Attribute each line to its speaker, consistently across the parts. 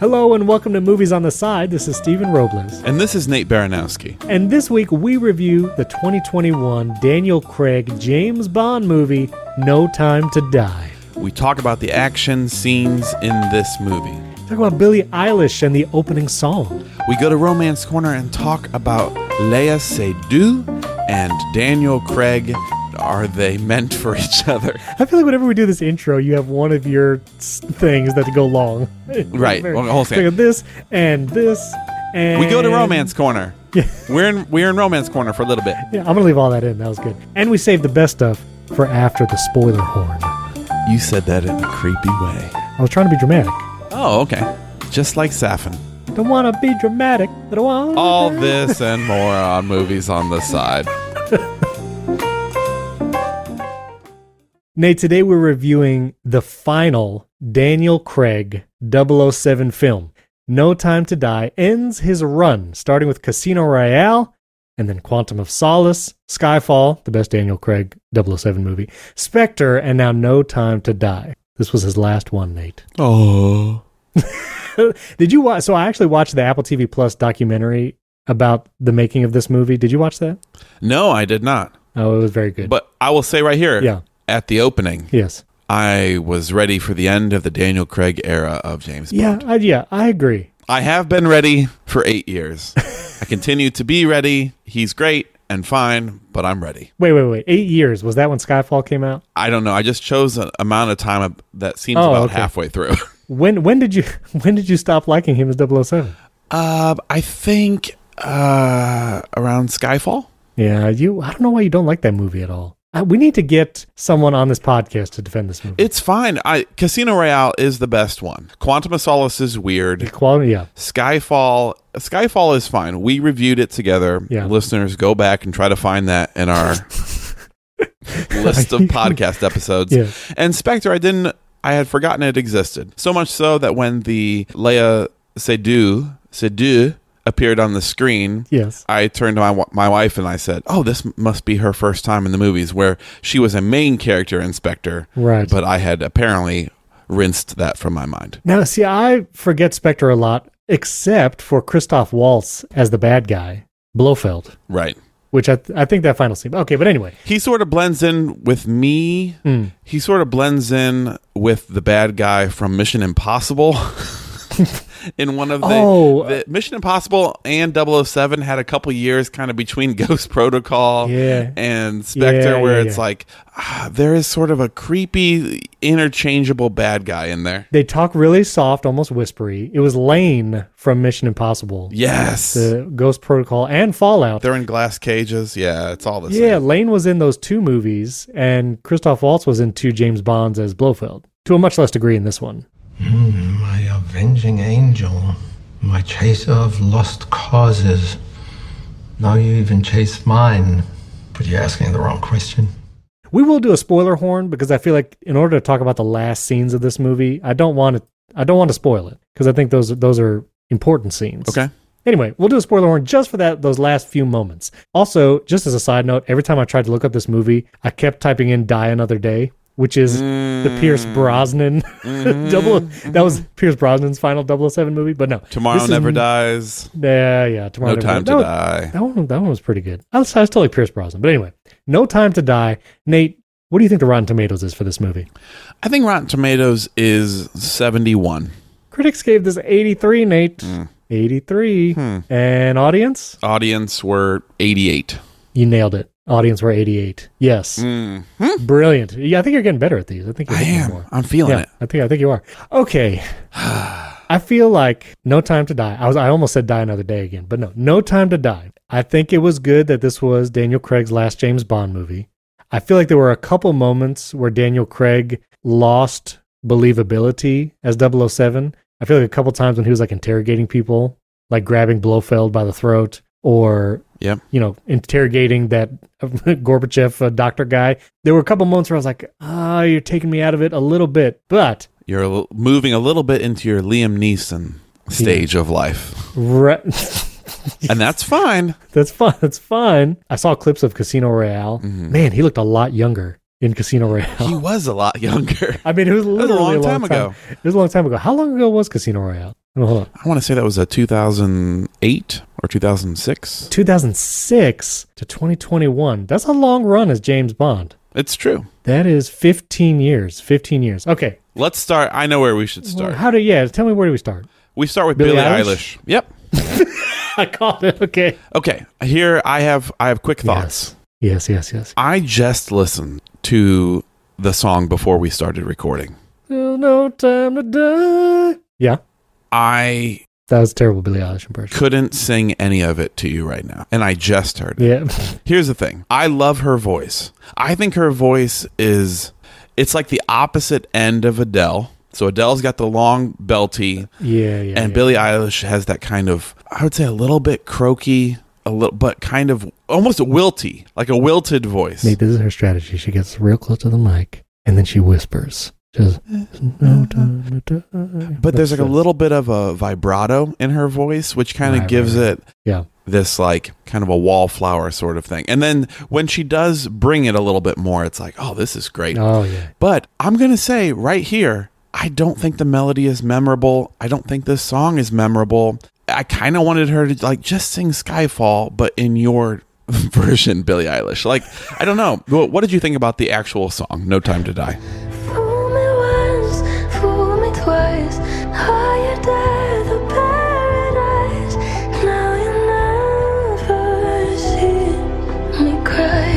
Speaker 1: Hello and welcome to Movies on the Side. This is Stephen Robles.
Speaker 2: And this is Nate Baranowski.
Speaker 1: And this week we review the 2021 Daniel Craig James Bond movie, No Time to Die.
Speaker 2: We talk about the action scenes in this movie.
Speaker 1: Talk about Billie Eilish and the opening song.
Speaker 2: We go to Romance Corner and talk about Leia Seydoux and Daniel Craig. Are they meant for each other?
Speaker 1: I feel like whenever we do this intro, you have one of your s- things that go long.
Speaker 2: Right. Well, hold on.
Speaker 1: Think of this and this and
Speaker 2: We go to Romance Corner. We're in we're in Romance Corner for a little bit.
Speaker 1: Yeah, I'm gonna leave all that in. That was good. And we saved the best stuff for after the spoiler horn. I
Speaker 2: You said that in a creepy way.
Speaker 1: was trying to be dramatic.
Speaker 2: Oh, okay. Just like Safin.
Speaker 1: Don't wanna be dramatic. I don't wanna
Speaker 2: All this and more on movies on the side.
Speaker 1: Nate, today we're reviewing the final Daniel Craig 007 film. No Time to Die ends his run, starting with Casino Royale and then Quantum of Solace, Skyfall, the best Daniel Craig 007 movie, Spectre, and now No Time to Die. This was his last one, Nate.
Speaker 2: Oh.
Speaker 1: Did you watch? So I actually watched the Apple TV Plus documentary about the making of this movie. Did you watch that?
Speaker 2: No, I did not.
Speaker 1: Oh, it was very good.
Speaker 2: But I will say right here
Speaker 1: Yeah.
Speaker 2: at the opening,
Speaker 1: yes.
Speaker 2: I was ready for the end of the Daniel Craig era of James Bond.
Speaker 1: Yeah, I, yeah, I agree.
Speaker 2: I have been ready for eight years. I continue to be ready. He's great and fine, but I'm ready.
Speaker 1: Wait, wait, wait. Eight years. Was that when Skyfall came out?
Speaker 2: I don't know. I just chose an amount of time ab- that seems
Speaker 1: Oh,
Speaker 2: about
Speaker 1: okay.
Speaker 2: halfway through.
Speaker 1: When when did you when did you stop liking him as 007?
Speaker 2: Uh, I think uh, around Skyfall.
Speaker 1: Yeah, you I don't know why you don't like that movie at all. Uh, we need to get someone on this podcast to defend this movie.
Speaker 2: It's fine. I Casino Royale is the best one. Quantum of Solace is weird.
Speaker 1: Quality, yeah.
Speaker 2: Skyfall Skyfall is fine. We reviewed it together.
Speaker 1: Yeah.
Speaker 2: Listeners, go back and try to find that in our list of podcast episodes.
Speaker 1: Yeah.
Speaker 2: And Spectre, I didn't I had forgotten it existed. So much so that when the Leia Seydoux Seydoux appeared on the screen,
Speaker 1: Yes.
Speaker 2: I turned to my wi- my wife and I said, "Oh, this must be her first time in the movies where she was a main character inspector."
Speaker 1: Right.
Speaker 2: But I had apparently rinsed that from my mind.
Speaker 1: Now, see, I forget Spectre a lot except for Christoph Waltz as the bad guy, Blofeld,
Speaker 2: Right.
Speaker 1: which I th- I think that final scene. Okay, but anyway.
Speaker 2: He sort of blends in with me.
Speaker 1: Mm.
Speaker 2: He sort of blends in with the bad guy from Mission Impossible. in one of the,
Speaker 1: Oh.
Speaker 2: the- uh, Mission Impossible and 007 had a couple years kind of between Ghost Protocol
Speaker 1: Yeah.
Speaker 2: and Spectre
Speaker 1: Yeah,
Speaker 2: where
Speaker 1: yeah,
Speaker 2: it's
Speaker 1: yeah.
Speaker 2: like ah, there is sort of a creepy interchangeable bad guy in there.
Speaker 1: They talk really soft, almost whispery. It was Lane from Mission Impossible,
Speaker 2: Yes.
Speaker 1: the Ghost Protocol, and Fallout.
Speaker 2: They're in glass cages. Yeah, it's all the same.
Speaker 1: Yeah, Lane was in those two movies, and Christoph Waltz was in two James Bonds as Blofeld, to a much less degree in this one.
Speaker 3: Hmm, My avenging angel, my chaser of lost causes. Now you even chase mine, but you're asking the wrong question.
Speaker 1: We will do a spoiler horn because I feel like in order to talk about the last scenes of this movie, I don't want to I don't want to spoil it because I think those those are important scenes.
Speaker 2: Okay.
Speaker 1: Anyway, we'll do a spoiler horn just for that those last few moments. Also, just as a side note, every time I tried to look up this movie, I kept typing in "Die Another Day," which is
Speaker 2: Mm.
Speaker 1: the Pierce Brosnan
Speaker 2: Mm-hmm.
Speaker 1: double. That was Pierce Brosnan's final 007 movie, but no,
Speaker 2: Tomorrow
Speaker 1: this is
Speaker 2: never
Speaker 1: n-
Speaker 2: dies.
Speaker 1: Yeah, yeah. Tomorrow
Speaker 2: No
Speaker 1: Never
Speaker 2: time
Speaker 1: Dies.
Speaker 2: to
Speaker 1: that
Speaker 2: die.
Speaker 1: One, that one, that one was pretty good. I, was, I still like Pierce Brosnan, but anyway, No Time to Die. Nate, what do you think the Rotten Tomatoes is for this movie?
Speaker 2: I think Rotten Tomatoes is 71.
Speaker 1: Critics gave this 83, Nate.
Speaker 2: Mm.
Speaker 1: 83.
Speaker 2: Hmm.
Speaker 1: And audience,
Speaker 2: Audience were 88.
Speaker 1: you nailed it. Audience were 88. Yes, brilliant. Yeah, I think you're getting better at these. I think you're
Speaker 2: Mm. Mm-hmm. I
Speaker 1: getting
Speaker 2: am.
Speaker 1: more.
Speaker 2: I'm feeling
Speaker 1: Yeah,
Speaker 2: it.
Speaker 1: I think I think you are. Okay. I feel like No Time to Die. I was I almost said Die Another Day again, but no, No Time to Die. I think it was good that this was Daniel Craig's last James Bond movie. I feel like there were a couple moments where Daniel Craig lost believability as 007. I feel like a couple times when he was like interrogating people, like grabbing Blofeld by the throat or
Speaker 2: Yep.
Speaker 1: you know, interrogating that Gorbachev uh, doctor guy. There were a couple moments where I was like, ah, you're taking me out of it a little bit. But
Speaker 2: You're a li- moving a little bit into your Liam Neeson stage of life.
Speaker 1: re-
Speaker 2: And that's fine.
Speaker 1: that's fun. That's fun. I saw clips of Casino Royale. Man, he looked a lot younger in Casino Royale.
Speaker 2: Mm-hmm. He was a lot younger.
Speaker 1: I mean, it was
Speaker 2: was
Speaker 1: literally a long time, ago. It was a long time ago. How long ago was Casino Royale? Oh, hold on.
Speaker 2: I want to say that was a 2008 or 2006.
Speaker 1: 2006 to 2021. That's a long run as James Bond.
Speaker 2: It's true.
Speaker 1: That is 15 years. 15 years. Okay.
Speaker 2: Let's start. I know where we should
Speaker 1: Well,
Speaker 2: start.
Speaker 1: How do yeah? Tell me where do we start?
Speaker 2: we start with
Speaker 1: Billie
Speaker 2: Billie,
Speaker 1: Eilish?
Speaker 2: Eilish? Yep.
Speaker 1: I called it. Okay.
Speaker 2: Okay. Here I have I have quick thoughts.
Speaker 1: Yes. Yes. Yes.
Speaker 2: I just listened to the song before we started recording.
Speaker 1: Still no time to die. Yeah.
Speaker 2: I
Speaker 1: That was a terrible Billie Eilish impression.
Speaker 2: couldn't sing any of it to you right now, and I just heard it.
Speaker 1: Yeah.
Speaker 2: Here's the thing. I love her voice. I think her voice is it's like the opposite end of Adele. So Adele's got the long belty
Speaker 1: yeah. Yeah. yeah.
Speaker 2: and Billie Eilish has that kind of I would say a little bit croaky, a little but kind of almost wilty, like a wilted voice.
Speaker 1: Nate, this is her strategy. She gets real close to the mic and then she whispers. Just no time to die.
Speaker 2: Uh-huh. But there's like
Speaker 1: That's
Speaker 2: a
Speaker 1: it.
Speaker 2: little bit of a vibrato in her voice, which kind
Speaker 1: Right,
Speaker 2: of
Speaker 1: right,
Speaker 2: gives
Speaker 1: right.
Speaker 2: it
Speaker 1: Yeah.
Speaker 2: this like kind of a wallflower sort of thing. And then when she does bring it a little bit more, it's like, oh, this is great.
Speaker 1: Oh yeah.
Speaker 2: But I'm going to say right here, I don't think the melody is memorable. I don't think this song is memorable. I kind of wanted her to like just sing Skyfall, but in your version, Billie Eilish. Like, I don't know. What, what did you think about the actual song, No Time to Die?
Speaker 4: Fool me once, fool me twice. Higher death or paradise. Now you never see me cry.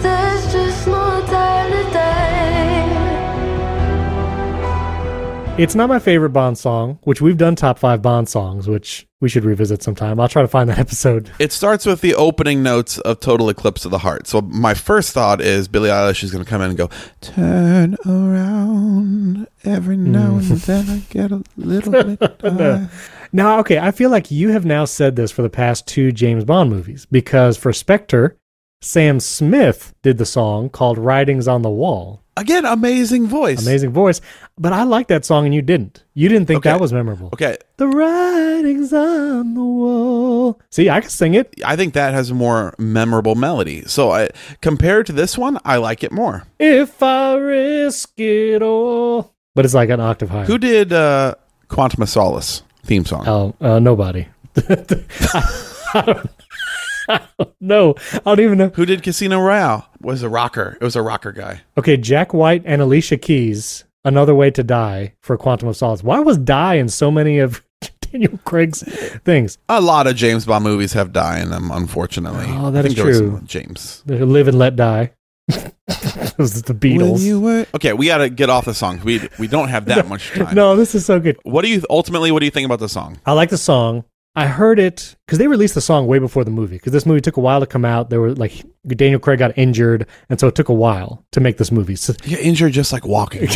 Speaker 4: There's just no time to die.
Speaker 1: It's not my favorite Bond song, which we've done top five Bond songs, which we should revisit sometime. I'll try to find that episode.
Speaker 2: It starts with the opening notes of Total Eclipse of the Heart. So my first thought is Billie Eilish is going to come in and go, Turn around every now and then I get a little bit. high."
Speaker 1: uh, Now, okay, I feel like you have now said this for the past two James Bond movies because for Spectre, Sam Smith did the song called Writings on the Wall.
Speaker 2: Again, amazing voice.
Speaker 1: Amazing voice. But I like that song and you didn't. You didn't think
Speaker 2: Okay.
Speaker 1: that was memorable.
Speaker 2: Okay,
Speaker 1: The writings on the wall. See, I can sing it.
Speaker 2: I think that has a more memorable melody. So I, compared to this one, I like it more.
Speaker 1: If I risk it all. But it's like an octave higher.
Speaker 2: Who did uh, Quantum of Solace theme song?
Speaker 1: Oh, uh, nobody. I, don't, I don't know. I don't even know.
Speaker 2: Who did Casino Royale? Was a rocker. It was a rocker guy.
Speaker 1: Okay, Jack White and Alicia Keys. Another way to die for Quantum of Solace. Why was die in so many of Daniel Craig's things?
Speaker 2: A lot of James Bond movies have die in them, unfortunately.
Speaker 1: Oh, that
Speaker 2: I think
Speaker 1: is
Speaker 2: there was
Speaker 1: true.
Speaker 2: one with James.
Speaker 1: Live and let die. it was the Beatles.
Speaker 2: were okay, we got to get off the song. We we don't have that much time.
Speaker 1: no, this is so good.
Speaker 2: What do you ultimately? What do you think about the song?
Speaker 1: I like the song. I heard it because they released the song way before the movie because this movie took a while to come out. There were like Daniel Craig got injured, and so it took a while to make this movie. So
Speaker 2: You get injured just like walking.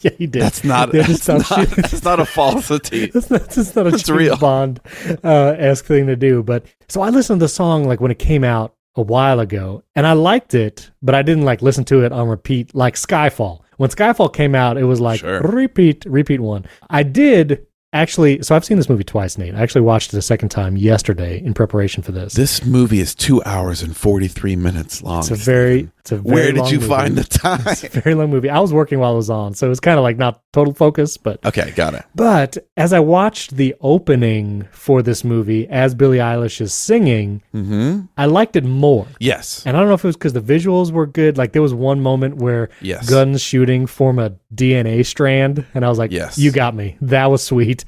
Speaker 1: yeah, he did.
Speaker 2: That's not.
Speaker 1: They had to
Speaker 2: That's
Speaker 1: stop
Speaker 2: not,
Speaker 1: shooting.
Speaker 2: that's not a falsity.
Speaker 1: That's not, that's not a
Speaker 2: That's
Speaker 1: James
Speaker 2: real.
Speaker 1: Bond uh, esque thing to do. But so I listened to the song like when it came out a while ago, and I liked it, but I didn't like listen to it on repeat like Skyfall. When Skyfall came out, it was like
Speaker 2: Sure.
Speaker 1: repeat, repeat one. I did actually. So I've seen this movie twice, Nate. I actually watched it a second time yesterday in preparation for this.
Speaker 2: This movie is two hours and forty three minutes long.
Speaker 1: it's a very, it's a very
Speaker 2: Where did
Speaker 1: long
Speaker 2: you
Speaker 1: movie.
Speaker 2: find the
Speaker 1: It's
Speaker 2: time?
Speaker 1: a very long movie. I was working while it was on, so it was kind of like not total focus, but
Speaker 2: okay, got it.
Speaker 1: But as I watched the opening for this movie as Billie Eilish is singing,
Speaker 2: Mm-hmm.
Speaker 1: I liked it more.
Speaker 2: Yes.
Speaker 1: And I don't know if it was because the visuals were good. Like there was one moment where
Speaker 2: Yes.
Speaker 1: guns shooting form a DNA strand, and I was like,
Speaker 2: Yes.
Speaker 1: "You got me. That was sweet."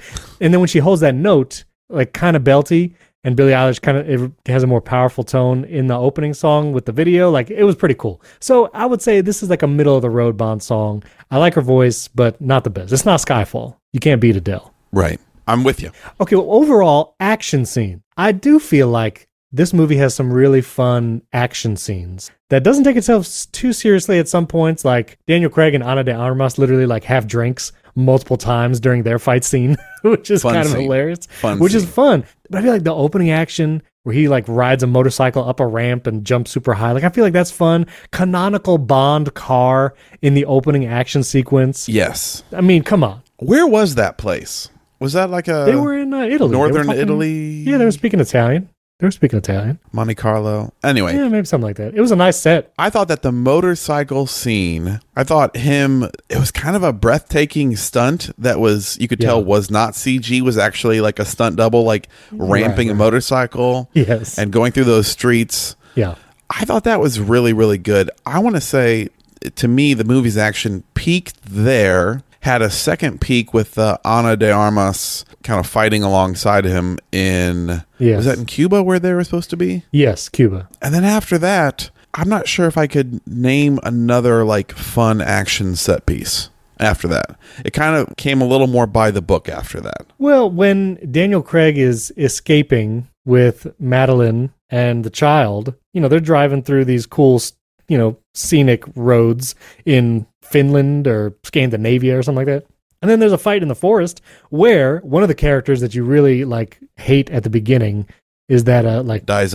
Speaker 1: And then when she holds that note, like kind of belty, and Billie Eilish kind of it has a more powerful tone in the opening song with the video. Like it was pretty cool. So I would say this is like a middle of the road Bond song. I like her voice, but not the best. It's not Skyfall. You can't beat Adele.
Speaker 2: Right. I'm with you.
Speaker 1: Okay, well, overall action scene. I do feel like this movie has some really fun action scenes that doesn't take itself s- too seriously at some points. Like Daniel Craig and Ana de Armas literally like have drinks multiple times during their fight scene, which is
Speaker 2: Fun
Speaker 1: kind of
Speaker 2: scene.
Speaker 1: hilarious.
Speaker 2: Fun
Speaker 1: which is
Speaker 2: scene.
Speaker 1: fun. But I feel like the opening action where he like rides a motorcycle up a ramp and jumps super high. Like I feel like that's fun. Canonical Bond car in the opening action sequence.
Speaker 2: Yes.
Speaker 1: I mean, come on.
Speaker 2: Where was that place? Was that like a
Speaker 1: They were in uh, Italy. They were
Speaker 2: northern
Speaker 1: talking-
Speaker 2: Italy?
Speaker 1: Yeah, they were speaking Italian. They were speaking Italian.
Speaker 2: Monte Carlo. Anyway,
Speaker 1: Yeah, maybe something like that. It was a nice set.
Speaker 2: I thought that the motorcycle scene, I thought him, it was kind of a breathtaking stunt that was, you could tell,
Speaker 1: Yeah.
Speaker 2: was not CG, was actually like a stunt double, like ramping a motorcycle
Speaker 1: Yes.
Speaker 2: and going through those streets.
Speaker 1: yeah.
Speaker 2: I thought that was really, really good. I want to say, to me, the movie's action peaked there, had a second peak with uh, Ana de Armas kind of fighting alongside him in,
Speaker 1: Yes.
Speaker 2: was that in Cuba where they were supposed to be?
Speaker 1: Yes, Cuba.
Speaker 2: And then after that, I'm not sure if I could name another like fun action set piece after that. It kind of came a little more by the book after that.
Speaker 1: Well, when Daniel Craig is escaping with Madeline and the child, you know, they're driving through these cool, you know, scenic roads in Finland or Scandinavia or something like that. And then there's a fight in the forest where one of the characters that you really like hate at the beginning is that uh like
Speaker 2: Dies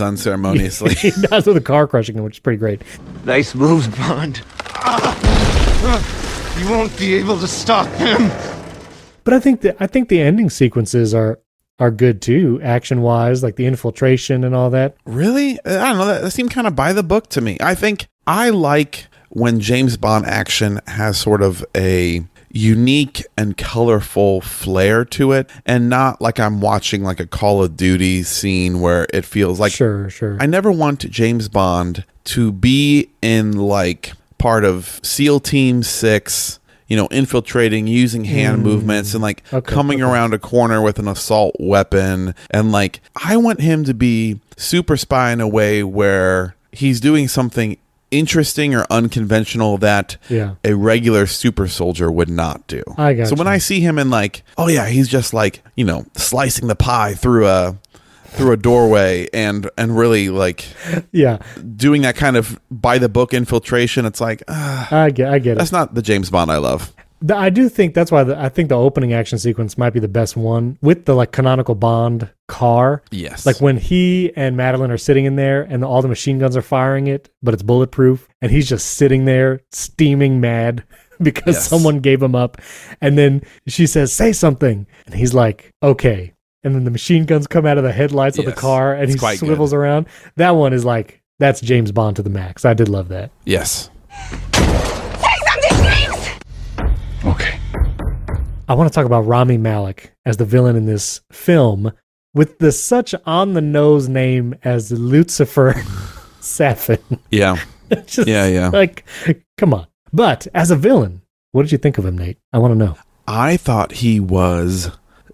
Speaker 2: unceremoniously.
Speaker 1: he dies with a car crushing him, which is pretty great.
Speaker 5: Nice moves, Bond. You won't be able to stop him.
Speaker 1: But I think that I think the ending sequences are are good too, action wise, like the infiltration and all that.
Speaker 2: really? I don't know. That, that seemed kind of by the book to me. I think I like when James Bond action has sort of a unique and colorful flair to it and not like I'm watching like a Call of Duty scene where it feels like
Speaker 1: sure, sure.
Speaker 2: I never want James Bond to be in like part of SEAL Team Six, you know, infiltrating, using hand movements, and like
Speaker 1: Hmm. Okay,
Speaker 2: coming around a corner with an assault weapon. And like, I want him to be super spy in a way where he's doing something interesting or unconventional that
Speaker 1: Yeah.
Speaker 2: a regular super soldier would not do.
Speaker 1: I got
Speaker 2: so when
Speaker 1: you.
Speaker 2: I see him in like, oh yeah, he's just like you know slicing the pie through a through a doorway and and really like
Speaker 1: yeah,
Speaker 2: doing that kind of by the book infiltration. It's like ah,
Speaker 1: I get, I get it.
Speaker 2: that's not the James Bond I love.
Speaker 1: Th- I do think that's why the, I think the opening action sequence might be the best one with the like canonical Bond car.
Speaker 2: Yes,
Speaker 1: Like when he and Madeline are sitting in there and all the machine guns are firing it, but it's bulletproof, and he's just sitting there steaming mad because
Speaker 2: Yes.
Speaker 1: someone gave him up. And then she says, Say something. And he's like, Okay. And then the machine guns come out of the headlights of
Speaker 2: Yes.
Speaker 1: the car and
Speaker 2: It's
Speaker 1: he
Speaker 2: quite good.
Speaker 1: swivels around. That one is like, That's James Bond to the max. I did love that.
Speaker 2: yes,
Speaker 3: Okay.
Speaker 1: I want to talk about Rami Malik as the villain in this film with the such on the nose name as Lucifer Safin.
Speaker 2: yeah,
Speaker 1: Just
Speaker 2: Yeah, yeah.
Speaker 1: Like, come on. But as a villain, what did you think of him, Nate? I want to know.
Speaker 2: I thought he was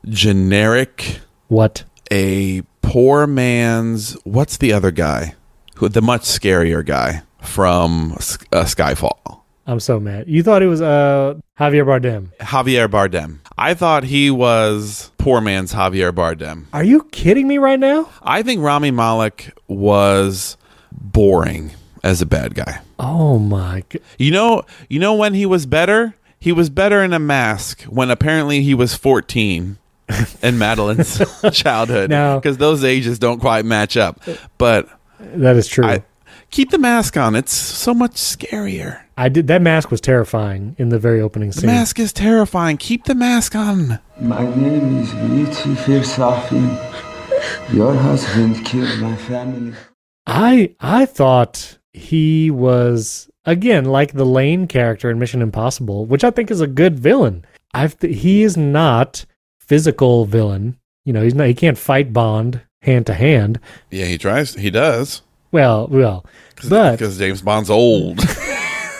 Speaker 2: generic,
Speaker 1: What?
Speaker 2: a poor man's. What's the other guy? Who the much scarier guy from S- uh, Skyfall?
Speaker 1: I'm so mad. You thought it was uh Javier Bardem.
Speaker 2: Javier Bardem. I thought he was poor man's Javier Bardem.
Speaker 1: Are you kidding me right now?
Speaker 2: I think Rami Malek was boring as a bad guy.
Speaker 1: Oh my god.
Speaker 2: You know, you know when he was better? He was better in a mask when apparently he was 14 in Madeline's childhood
Speaker 1: No.
Speaker 2: because those ages don't quite match up. But
Speaker 1: That is true.
Speaker 2: I
Speaker 1: I,
Speaker 2: keep the mask on. It's so much scarier.
Speaker 1: did that mask was terrifying in the very opening
Speaker 2: The
Speaker 1: scene.
Speaker 2: mask is terrifying. Keep the mask on.
Speaker 6: My name is Lucifer Safin. Your husband killed my family.
Speaker 1: I I thought he was again like the Lane character in Mission Impossible, which I think is a good villain. I've th- he is not physical villain. You know, he's not. He can't fight Bond hand to hand.
Speaker 2: Yeah, he tries. He does.
Speaker 1: Well, well, but
Speaker 2: Because James Bond's old.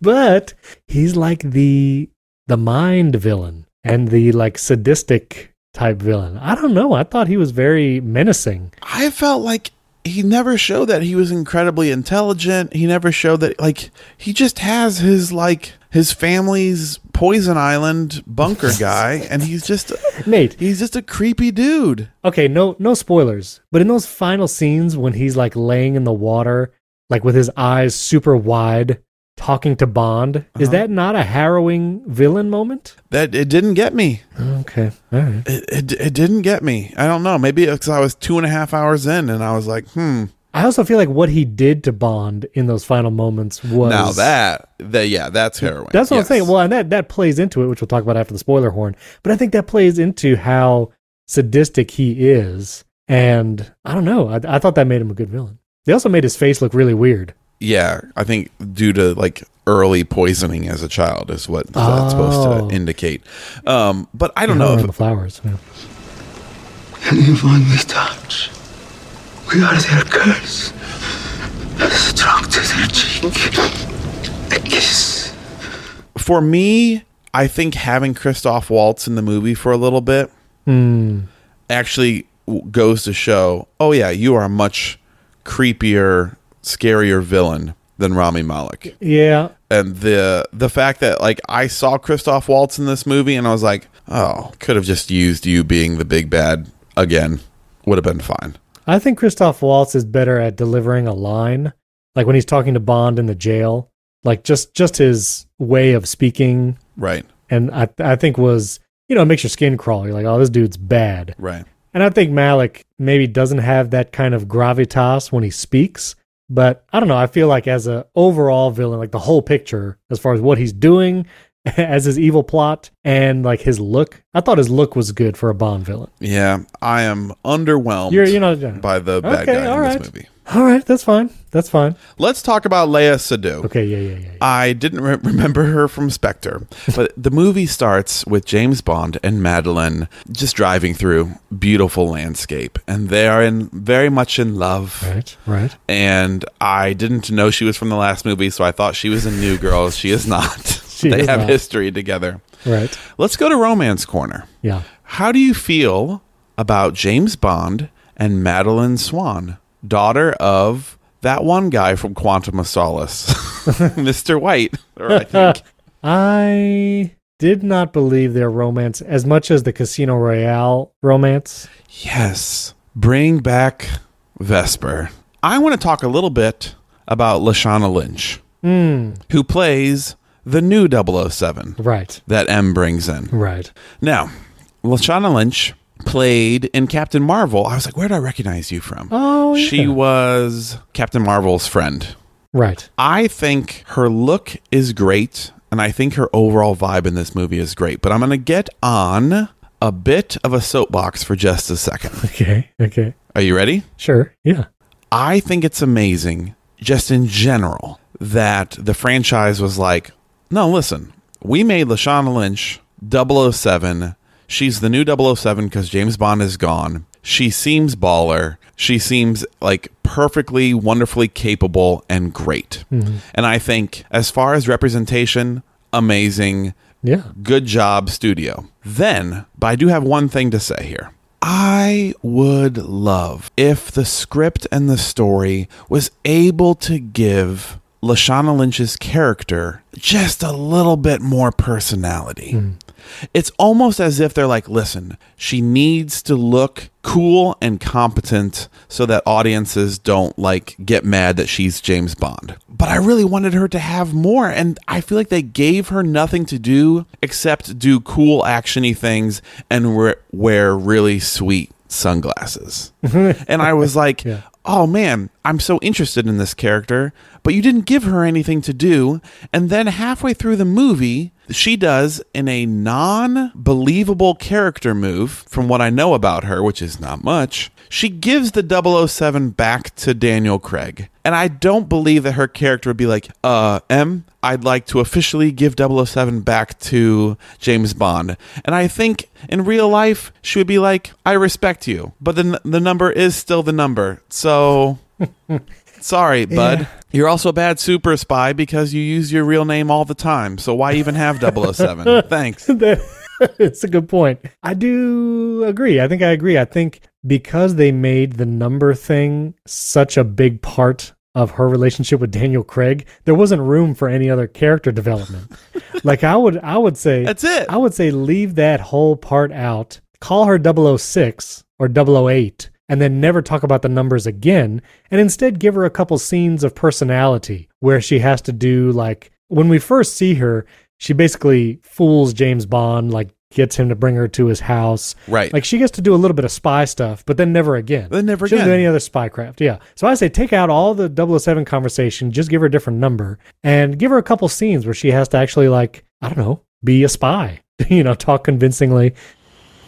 Speaker 1: but he's like the the mind villain and the like sadistic type villain. I don't know. I thought he was very menacing.
Speaker 2: I felt like he never showed that he was incredibly intelligent. He never showed that like he just has his like his family's poison island bunker guy and he's just
Speaker 1: Nate,
Speaker 2: he's just a creepy dude.
Speaker 1: okay, no no spoilers, but in those final scenes when he's like laying in the water, like with his eyes super wide, talking to Bond,
Speaker 2: Uh-huh.
Speaker 1: is that not a harrowing villain moment?
Speaker 2: That it didn't get me.
Speaker 1: Okay, all right.
Speaker 2: It it, it didn't get me. I don't know. Maybe because I was two and a half hours in and I was like, hmm.
Speaker 1: I also feel like what he did to Bond in those final moments was
Speaker 2: Now that that yeah, that's heroin.
Speaker 1: That's what
Speaker 2: Yes.
Speaker 1: I'm saying. Well, and that that plays into it, which we'll talk about after the spoiler horn. But I think that plays into how sadistic he is And I don't know. I, I thought that made him a good villain. They also made his face look really weird.
Speaker 2: Yeah, I think due to like early poisoning as a child is what that's
Speaker 1: Oh.
Speaker 2: supposed to indicate. Um, but I don't know
Speaker 1: Around
Speaker 2: if
Speaker 1: the flowers. yeah.
Speaker 6: Can you finally touch? We are their curse. Strong to their cheek. A kiss.
Speaker 2: for me, I think having Christoph Waltz in the movie for a little bit
Speaker 1: Hmm.
Speaker 2: actually w- goes to show, oh yeah, you are a much creepier, scarier villain than Rami Malek.
Speaker 1: Yeah.
Speaker 2: And the the fact that like I saw Christoph Waltz in this movie and I was like, oh, could have just used you being the big bad again. Would have been fine.
Speaker 1: I think Christoph Waltz is better at delivering a line, like when he's talking to Bond in the jail, like just just his way of speaking,
Speaker 2: Right.
Speaker 1: and I I think was you know it makes your skin crawl. You're like, oh, this dude's bad.
Speaker 2: Right.
Speaker 1: And I think Malik maybe doesn't have that kind of gravitas when he speaks, but I don't know. I feel like as a overall villain, like the whole picture as far as what he's doing, as his evil plot and like his look, I thought his look was good for a Bond villain.
Speaker 2: Yeah. I am underwhelmed
Speaker 1: You're you're not
Speaker 2: by the bad
Speaker 1: Okay,
Speaker 2: guy in
Speaker 1: all right.
Speaker 2: this movie.
Speaker 1: all right. That's fine. That's fine.
Speaker 2: Let's talk about Leia Sadu.
Speaker 1: Okay. Yeah. Yeah. Yeah. yeah.
Speaker 2: I didn't re- remember her from Spectre, but the movie starts with James Bond and Madeline just driving through beautiful landscape, and they are in very much in love.
Speaker 1: Right, right.
Speaker 2: And I didn't know she was from the last movie, so I thought she was a new girl. She is not.
Speaker 1: She
Speaker 2: they
Speaker 1: is
Speaker 2: have
Speaker 1: not.
Speaker 2: history together.
Speaker 1: Right.
Speaker 2: Let's go to Romance Corner.
Speaker 1: Yeah.
Speaker 2: How do you feel about James Bond and Madeline Swan, daughter of that one guy from Quantum of Solace, Mr. White? Or I think.
Speaker 1: I did not believe their romance as much as the Casino Royale romance.
Speaker 2: yes, bring back Vesper. I want to talk a little bit about Lashana Lynch,
Speaker 1: Hmm,
Speaker 2: who plays the new 007
Speaker 1: Right.
Speaker 2: that M brings in.
Speaker 1: Right.
Speaker 2: Now, Lashana Lynch played in Captain Marvel. I was like, where do I recognize you from?
Speaker 1: Oh, yeah.
Speaker 2: She was Captain Marvel's friend.
Speaker 1: Right.
Speaker 2: I think her look is great, and I think her overall vibe in this movie is great. But I'm going to get on a bit of a soapbox for just a second.
Speaker 1: Okay. Okay.
Speaker 2: Are you ready?
Speaker 1: Sure. Yeah.
Speaker 2: I think it's amazing, just in general, that the franchise was like, no, listen, we made Lashana Lynch 007. She's the new 007 because James Bond is gone. She seems baller. She seems like perfectly, wonderfully capable and great. And I think, as far as representation, amazing.
Speaker 1: Yeah.
Speaker 2: Good job, studio. Then, but I do have one thing to say here. I would love if the script and the story was able to give Lashana Lynch's character just a little bit more personality. It's almost as if they're like, listen, she needs to look cool and competent so that audiences don't like get mad that she's James Bond. But I really wanted her to have more, and I feel like they gave her nothing to do except do cool actiony things and re- wear really sweet sunglasses. and I was like, oh man, I'm so interested in this character, but you didn't give her anything to do. And then halfway through the movie, she does in a non believable character move, from what I know about her, which is not much. She gives the 007 back to Daniel Craig. And I don't believe that her character would be like, uh, M, I'd like to officially give 007 back to James Bond. And I think in real life, she would be like, I respect you, but then the number is still the number. So Sorry, bud. You're also a bad super spy because you use your real name all the time. So why even have 007? Thanks.
Speaker 1: That- it's a good point. I do agree. I think I agree. I think because they made the number thing such a big part of her relationship with Daniel Craig, there wasn't room for any other character development. like I would I would say
Speaker 2: That's it.
Speaker 1: I would say leave that whole part out. Call her 006 or 008 and then never talk about the numbers again and instead give her a couple scenes of personality where she has to do like when we first see her, she basically fools James Bond like gets him to bring her to his house.
Speaker 2: Right.
Speaker 1: Like she gets to do a little bit of spy stuff, but then never again.
Speaker 2: Then never
Speaker 1: she doesn't do
Speaker 2: again.
Speaker 1: any other spy craft. Yeah. So I say take out all the 007 conversation, just give her a different number and give her a couple scenes where she has to actually like, I don't know, be a spy, you know, talk convincingly.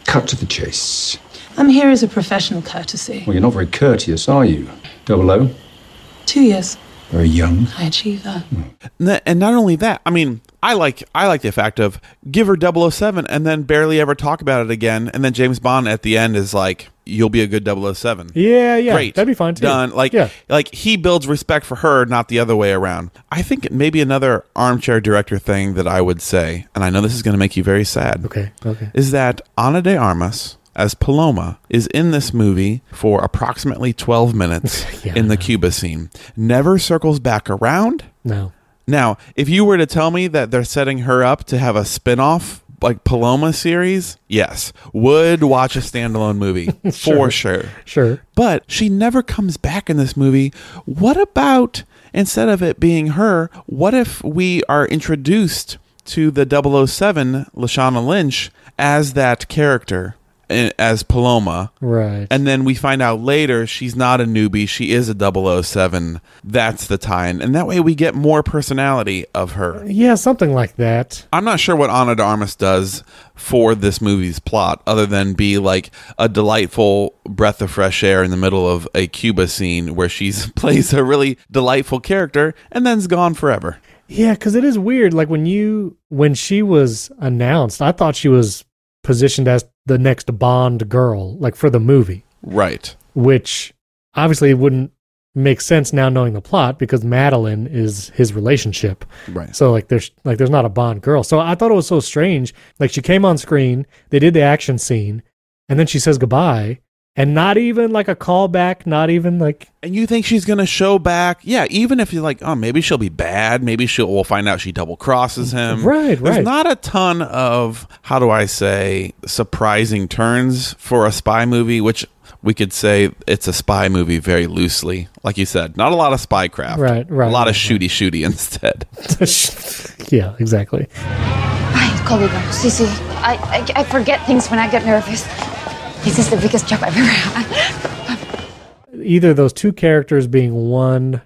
Speaker 7: Cut to the chase. I'm here as a professional courtesy.
Speaker 8: Well, you're not very courteous, are you? Double O?
Speaker 7: Two years,
Speaker 8: Very young.
Speaker 7: high achiever.
Speaker 2: And th- and not only that, I mean, I like I like the fact of give her 007 and then barely ever talk about it again, and then James Bond at the end is like, "You'll be a good 007."
Speaker 1: Yeah, yeah,
Speaker 2: Great.
Speaker 1: that'd be fine too.
Speaker 2: Done. Like,
Speaker 1: yeah,
Speaker 2: like he builds respect for her, not the other way around. I think maybe another armchair director thing that I would say, and I know this is going to make you very sad,
Speaker 1: okay, okay.
Speaker 2: is that Ana de Armas as Paloma is in this movie for approximately 12 minutes
Speaker 1: Yeah.
Speaker 2: in the Cuba scene. Never circles back around.
Speaker 1: No,
Speaker 2: Now, if you were to tell me that they're setting her up to have a spin-off like Paloma series, yes, would watch a standalone movie for sure.
Speaker 1: sure.
Speaker 2: But she never comes back in this movie. What about instead of it being her, what if we are introduced to the 007 Lashana Lynch as that character eh, as Paloma?
Speaker 1: Right.
Speaker 2: And then we find out later she's not a newbie. She is a 007. That's the tie in. And that way we get more personality of her.
Speaker 1: yeah, something like that.
Speaker 2: I'm not sure what Ana de Armas does for this movie's plot other than be like a delightful breath of fresh air in the middle of a Cuba scene where she's plays a really delightful character and then's gone forever.
Speaker 1: Yeah, because it is weird. Like when you when she was announced, I thought she was positioned as the next Bond girl, like for the movie,
Speaker 2: Right.
Speaker 1: which obviously wouldn't make sense now knowing the plot because Madeline is his relationship.
Speaker 2: Right.
Speaker 1: So like there's like there's not a Bond girl. So I thought it was so strange. Like she came on screen, they did the action scene, and then she says goodbye, and not even like a callback, not even like
Speaker 2: And you think she's gonna show back? Yeah, even if you're like, oh, maybe she'll be bad. Maybe she'll. We'll find out she double crosses him.
Speaker 1: Right,
Speaker 2: There's
Speaker 1: right.
Speaker 2: not a ton of how do I say surprising turns for a spy movie, which we could say it's a spy movie very loosely. Like you said, not a lot of spy craft.
Speaker 1: Right, right,
Speaker 2: A lot
Speaker 1: right,
Speaker 2: of shooty shooty instead.
Speaker 1: yeah, exactly.
Speaker 9: Ay, código. Sí, sí. I, I, I forget things when I get nervous. This is the biggest job I've ever had.
Speaker 1: Either those two characters being one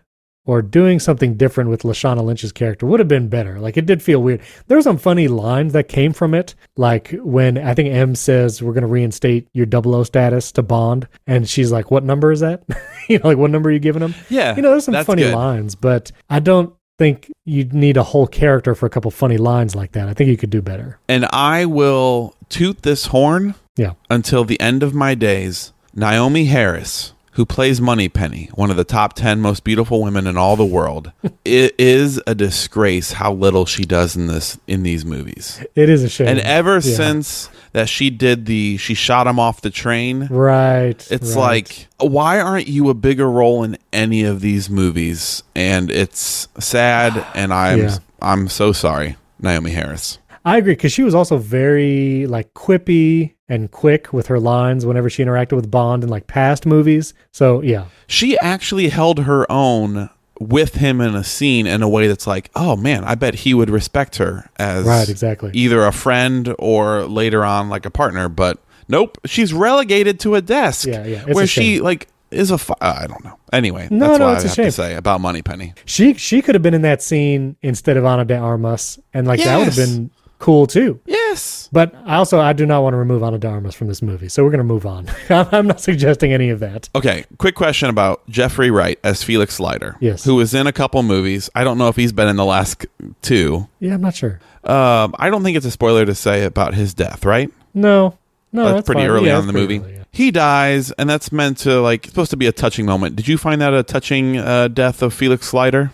Speaker 1: or doing something different with Lashana Lynch's character would have been better. Like it did feel weird. There were some funny lines that came from it, like when I think M says we're going to reinstate your double O status to Bond and she's like what number is that? you know, like what number are you giving him?
Speaker 2: Yeah,
Speaker 1: You know, there's some
Speaker 2: that's
Speaker 1: funny
Speaker 2: good.
Speaker 1: lines, but I don't think you need a whole character for a couple funny lines like that. I think you could do better.
Speaker 2: And I will toot this horn
Speaker 1: Yeah.
Speaker 2: until the end of my days, Naomi Harris, who plays Moneypenny, one of the top 10 most beautiful women in all the world, it is a disgrace how little she does in this in these movies.
Speaker 1: It is a shame.
Speaker 2: And ever
Speaker 1: Yeah.
Speaker 2: since that she did the she shot him off the train,
Speaker 1: right.
Speaker 2: it's
Speaker 1: right.
Speaker 2: like why aren't you a bigger role in any of these movies? And it's sad and I'm
Speaker 1: Yeah.
Speaker 2: I'm so sorry, Naomi Harris.
Speaker 1: I agree because she was also very like quippy and quick with her lines whenever she interacted with Bond in like past movies. So yeah,
Speaker 2: she actually held her own with him in a scene in a way that's like, oh man, I bet he would respect her as
Speaker 1: Right, exactly.
Speaker 2: either a friend or later on like a partner. But nope, she's relegated to a desk.
Speaker 1: Yeah, yeah, it's
Speaker 2: where
Speaker 1: a
Speaker 2: she
Speaker 1: shame.
Speaker 2: like is a fi- uh, I don't know. Anyway,
Speaker 1: No,
Speaker 2: that's
Speaker 1: no,
Speaker 2: what
Speaker 1: it's
Speaker 2: I
Speaker 1: a
Speaker 2: have
Speaker 1: shame.
Speaker 2: to say about Moneypenny.
Speaker 1: she she could have been in that scene instead of Ana de Armas, and like that would have
Speaker 2: Yes.
Speaker 1: been cool too.
Speaker 2: Yes.
Speaker 1: But I also I do not want to remove Ana de Armas from this movie, so we're gonna move on. I'm not suggesting any of that.
Speaker 2: Okay, quick question about Jeffrey Wright as Felix Leiter.
Speaker 1: Yes.
Speaker 2: Who was in a couple movies. I don't know if he's been in the last c- two.
Speaker 1: Yeah, I'm not sure.
Speaker 2: Um, I don't think it's a spoiler to say about his death, right?
Speaker 1: No, no,
Speaker 2: that's,
Speaker 1: Oh, that's,
Speaker 2: pretty
Speaker 1: fine.
Speaker 2: early
Speaker 1: Yeah,
Speaker 2: on in the
Speaker 1: that's pretty
Speaker 2: movie.
Speaker 1: early, yeah.
Speaker 2: He dies, and that's meant to like it's supposed to be a touching moment. Did you find that a touching uh, death of Felix Leiter?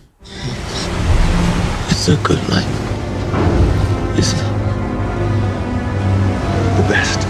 Speaker 5: It's a good life. Isn't it? The best.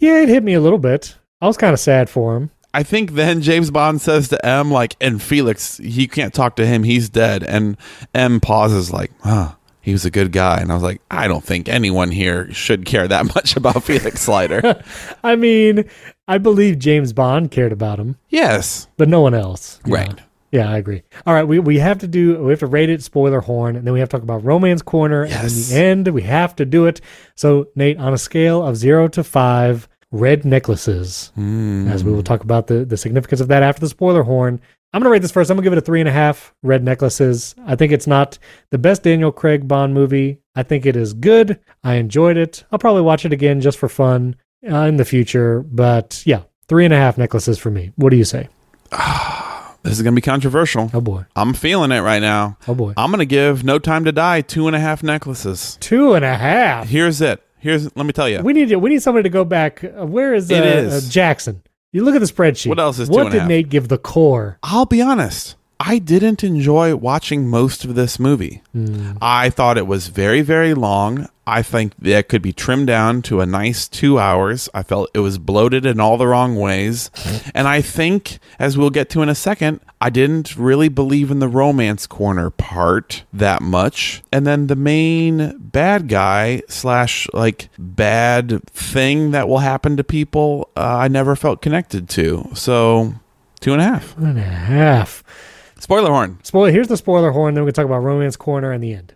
Speaker 1: Yeah, it hit me a little bit. I was kind of sad for him.
Speaker 2: I think then James Bond says to M like, "And Felix, you can't talk to him. He's dead." And M pauses like, "Huh." He was a good guy, and I was like, I don't think anyone here should care that much about Felix Leiter.
Speaker 1: I mean, I believe James Bond cared about him,
Speaker 2: yes,
Speaker 1: but no one else. you
Speaker 2: right.
Speaker 1: know? Yeah, I agree. All right, we, we have to do we have to rate it spoiler horn, and then we have to talk about romance corner, and in
Speaker 2: Yes.
Speaker 1: the end we have to do it. So Nate, on a scale of zero to five, red necklaces, as we will talk about the the significance of that after the spoiler horn. I'm gonna rate this first. I'm gonna give it a three and a half red necklaces. I think it's not the best Daniel Craig Bond movie. I think it is good. I enjoyed it. I'll probably watch it again just for fun. uh, in the future. But yeah, three and a half necklaces for me. What do you say?
Speaker 2: This is going to be controversial.
Speaker 1: Oh boy.
Speaker 2: I'm feeling it right now.
Speaker 1: Oh boy.
Speaker 2: I'm going to give No Time to Die two and a half necklaces.
Speaker 1: Two and a half.
Speaker 2: Here's it. Here's, let me tell you.
Speaker 1: We need we need somebody to go back. Uh, Where is, uh,
Speaker 2: It is.
Speaker 1: uh, Jackson? You look at the spreadsheet.
Speaker 2: What else is two
Speaker 1: What
Speaker 2: and a
Speaker 1: did
Speaker 2: half?
Speaker 1: Nate give the core?
Speaker 2: I'll be honest. I didn't enjoy watching most of this movie. I thought it was very, very long. I think that could be trimmed down to a nice two hours. I felt it was bloated in all the wrong ways. and I think, as we'll get to in a second, I didn't really believe in the romance corner part that much. And then the main bad guy slash like bad thing that will happen to people, uh, I never felt connected to. So two and a half.
Speaker 1: Two and a half.
Speaker 2: Spoiler horn.
Speaker 1: Spoiler. Here's the spoiler horn. Then we can talk about romance corner and the end.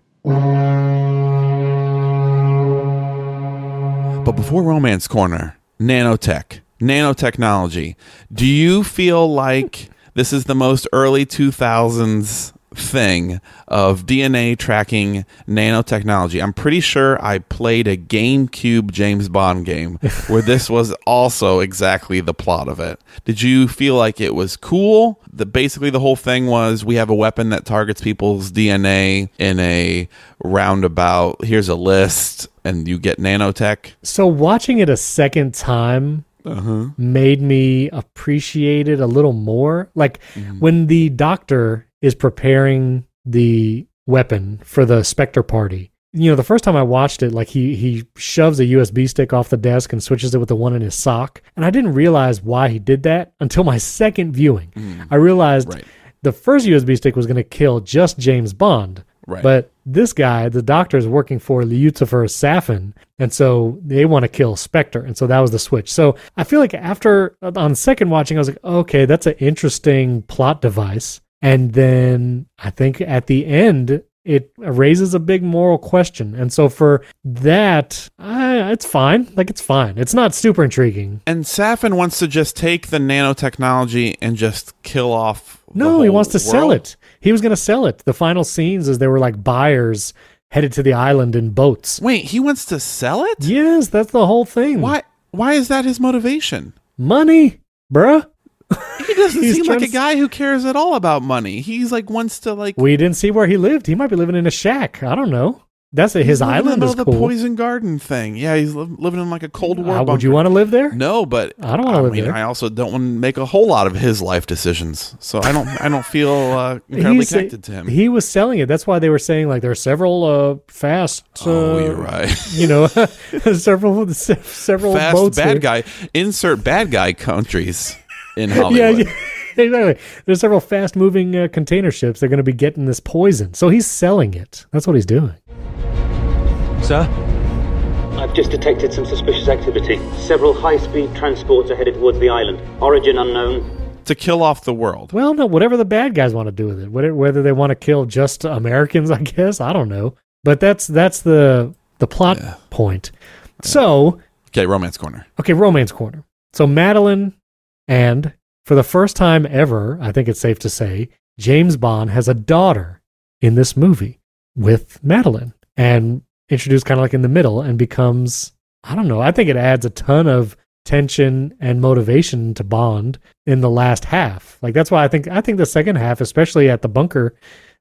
Speaker 2: But before Romance Corner, nanotech, nanotechnology. Do you feel like this is the most early 2000s thing of DNA tracking nanotechnology? I'm pretty sure I played a GameCube James Bond game where this was also exactly the plot of it. Did you feel like it was cool? The basically the whole thing was we have a weapon that targets people's DNA in a roundabout. Here's a list and you get nanotech.
Speaker 1: So watching it a second time
Speaker 2: Uh-huh.
Speaker 1: made me appreciate it a little more. Like when the doctor is preparing the weapon for the Spectre party. You know, the first time I watched it, like he he shoves a USB stick off the desk and switches it with the one in his sock, and I didn't realize why he did that until my second viewing. I realized
Speaker 2: right.
Speaker 1: the first USB stick was going to kill just James Bond.
Speaker 2: Right.
Speaker 1: But this guy, the doctor, is working for Leucifer Safin, and so they want to kill Spectre, and so that was the switch. So I feel like after on second watching, I was like, okay, that's an interesting plot device. And then I think at the end, it raises a big moral question, and so for that, I, it's fine. Like it's fine. It's not super intriguing.
Speaker 2: And Safin wants to just take the nanotechnology and just kill off. the
Speaker 1: No, he
Speaker 2: whole
Speaker 1: wants to sell
Speaker 2: world?
Speaker 1: it. He was going to sell it. The final scenes is they were like buyers headed to the island in boats.
Speaker 2: Wait, he wants to sell it?
Speaker 1: Yes, that's the whole thing.
Speaker 2: Why? Why is that his motivation?
Speaker 1: Money, bruh.
Speaker 2: He doesn't
Speaker 1: He's
Speaker 2: seem like
Speaker 1: trying
Speaker 2: a
Speaker 1: to-
Speaker 2: guy who cares at all about money. He's like wants to like
Speaker 1: We didn't see where he lived. He might be living in a shack. I don't know. That's it.
Speaker 2: He's
Speaker 1: His
Speaker 2: living in the
Speaker 1: island
Speaker 2: middle
Speaker 1: is
Speaker 2: of the
Speaker 1: cool.
Speaker 2: poison garden thing. Yeah, he's li- living in like a Cold War.
Speaker 1: Uh, would you
Speaker 2: bunker.
Speaker 1: want to live there?
Speaker 2: No, but
Speaker 1: I don't wanna live
Speaker 2: mean,
Speaker 1: there.
Speaker 2: I also don't want to make a whole lot of his life decisions. So I don't. I don't feel uh, incredibly
Speaker 1: He's-
Speaker 2: connected to him.
Speaker 1: He was selling it. That's why they were saying like there are several uh, fast.
Speaker 2: oh,
Speaker 1: uh,
Speaker 2: you're right.
Speaker 1: You know, several several
Speaker 2: fast
Speaker 1: boats
Speaker 2: bad
Speaker 1: here.
Speaker 2: guy. Insert bad guy countries in Hollywood.
Speaker 1: Yeah, yeah. Exactly. There's several fast-moving uh, container ships. They're going to be getting this poison, so he's selling it. That's what he's doing.
Speaker 10: I've just detected some suspicious activity. Several high-speed transports are headed towards the island. Origin unknown.
Speaker 2: To kill off the world.
Speaker 1: Well, no, whatever the bad guys want to do with it, whether, whether they want to kill just Americans, I guess I don't know. But that's that's the the plot point. So
Speaker 2: Okay, romance corner.
Speaker 1: okay, romance corner. So Madeline and for the first time ever, I think it's safe to say, James Bond has a daughter in this movie with Madeline and introduced kind of like in the middle and becomes I don't know, I think it adds a ton of tension and motivation to Bond in the last half. Like that's why I think I think the second half, especially at the bunker,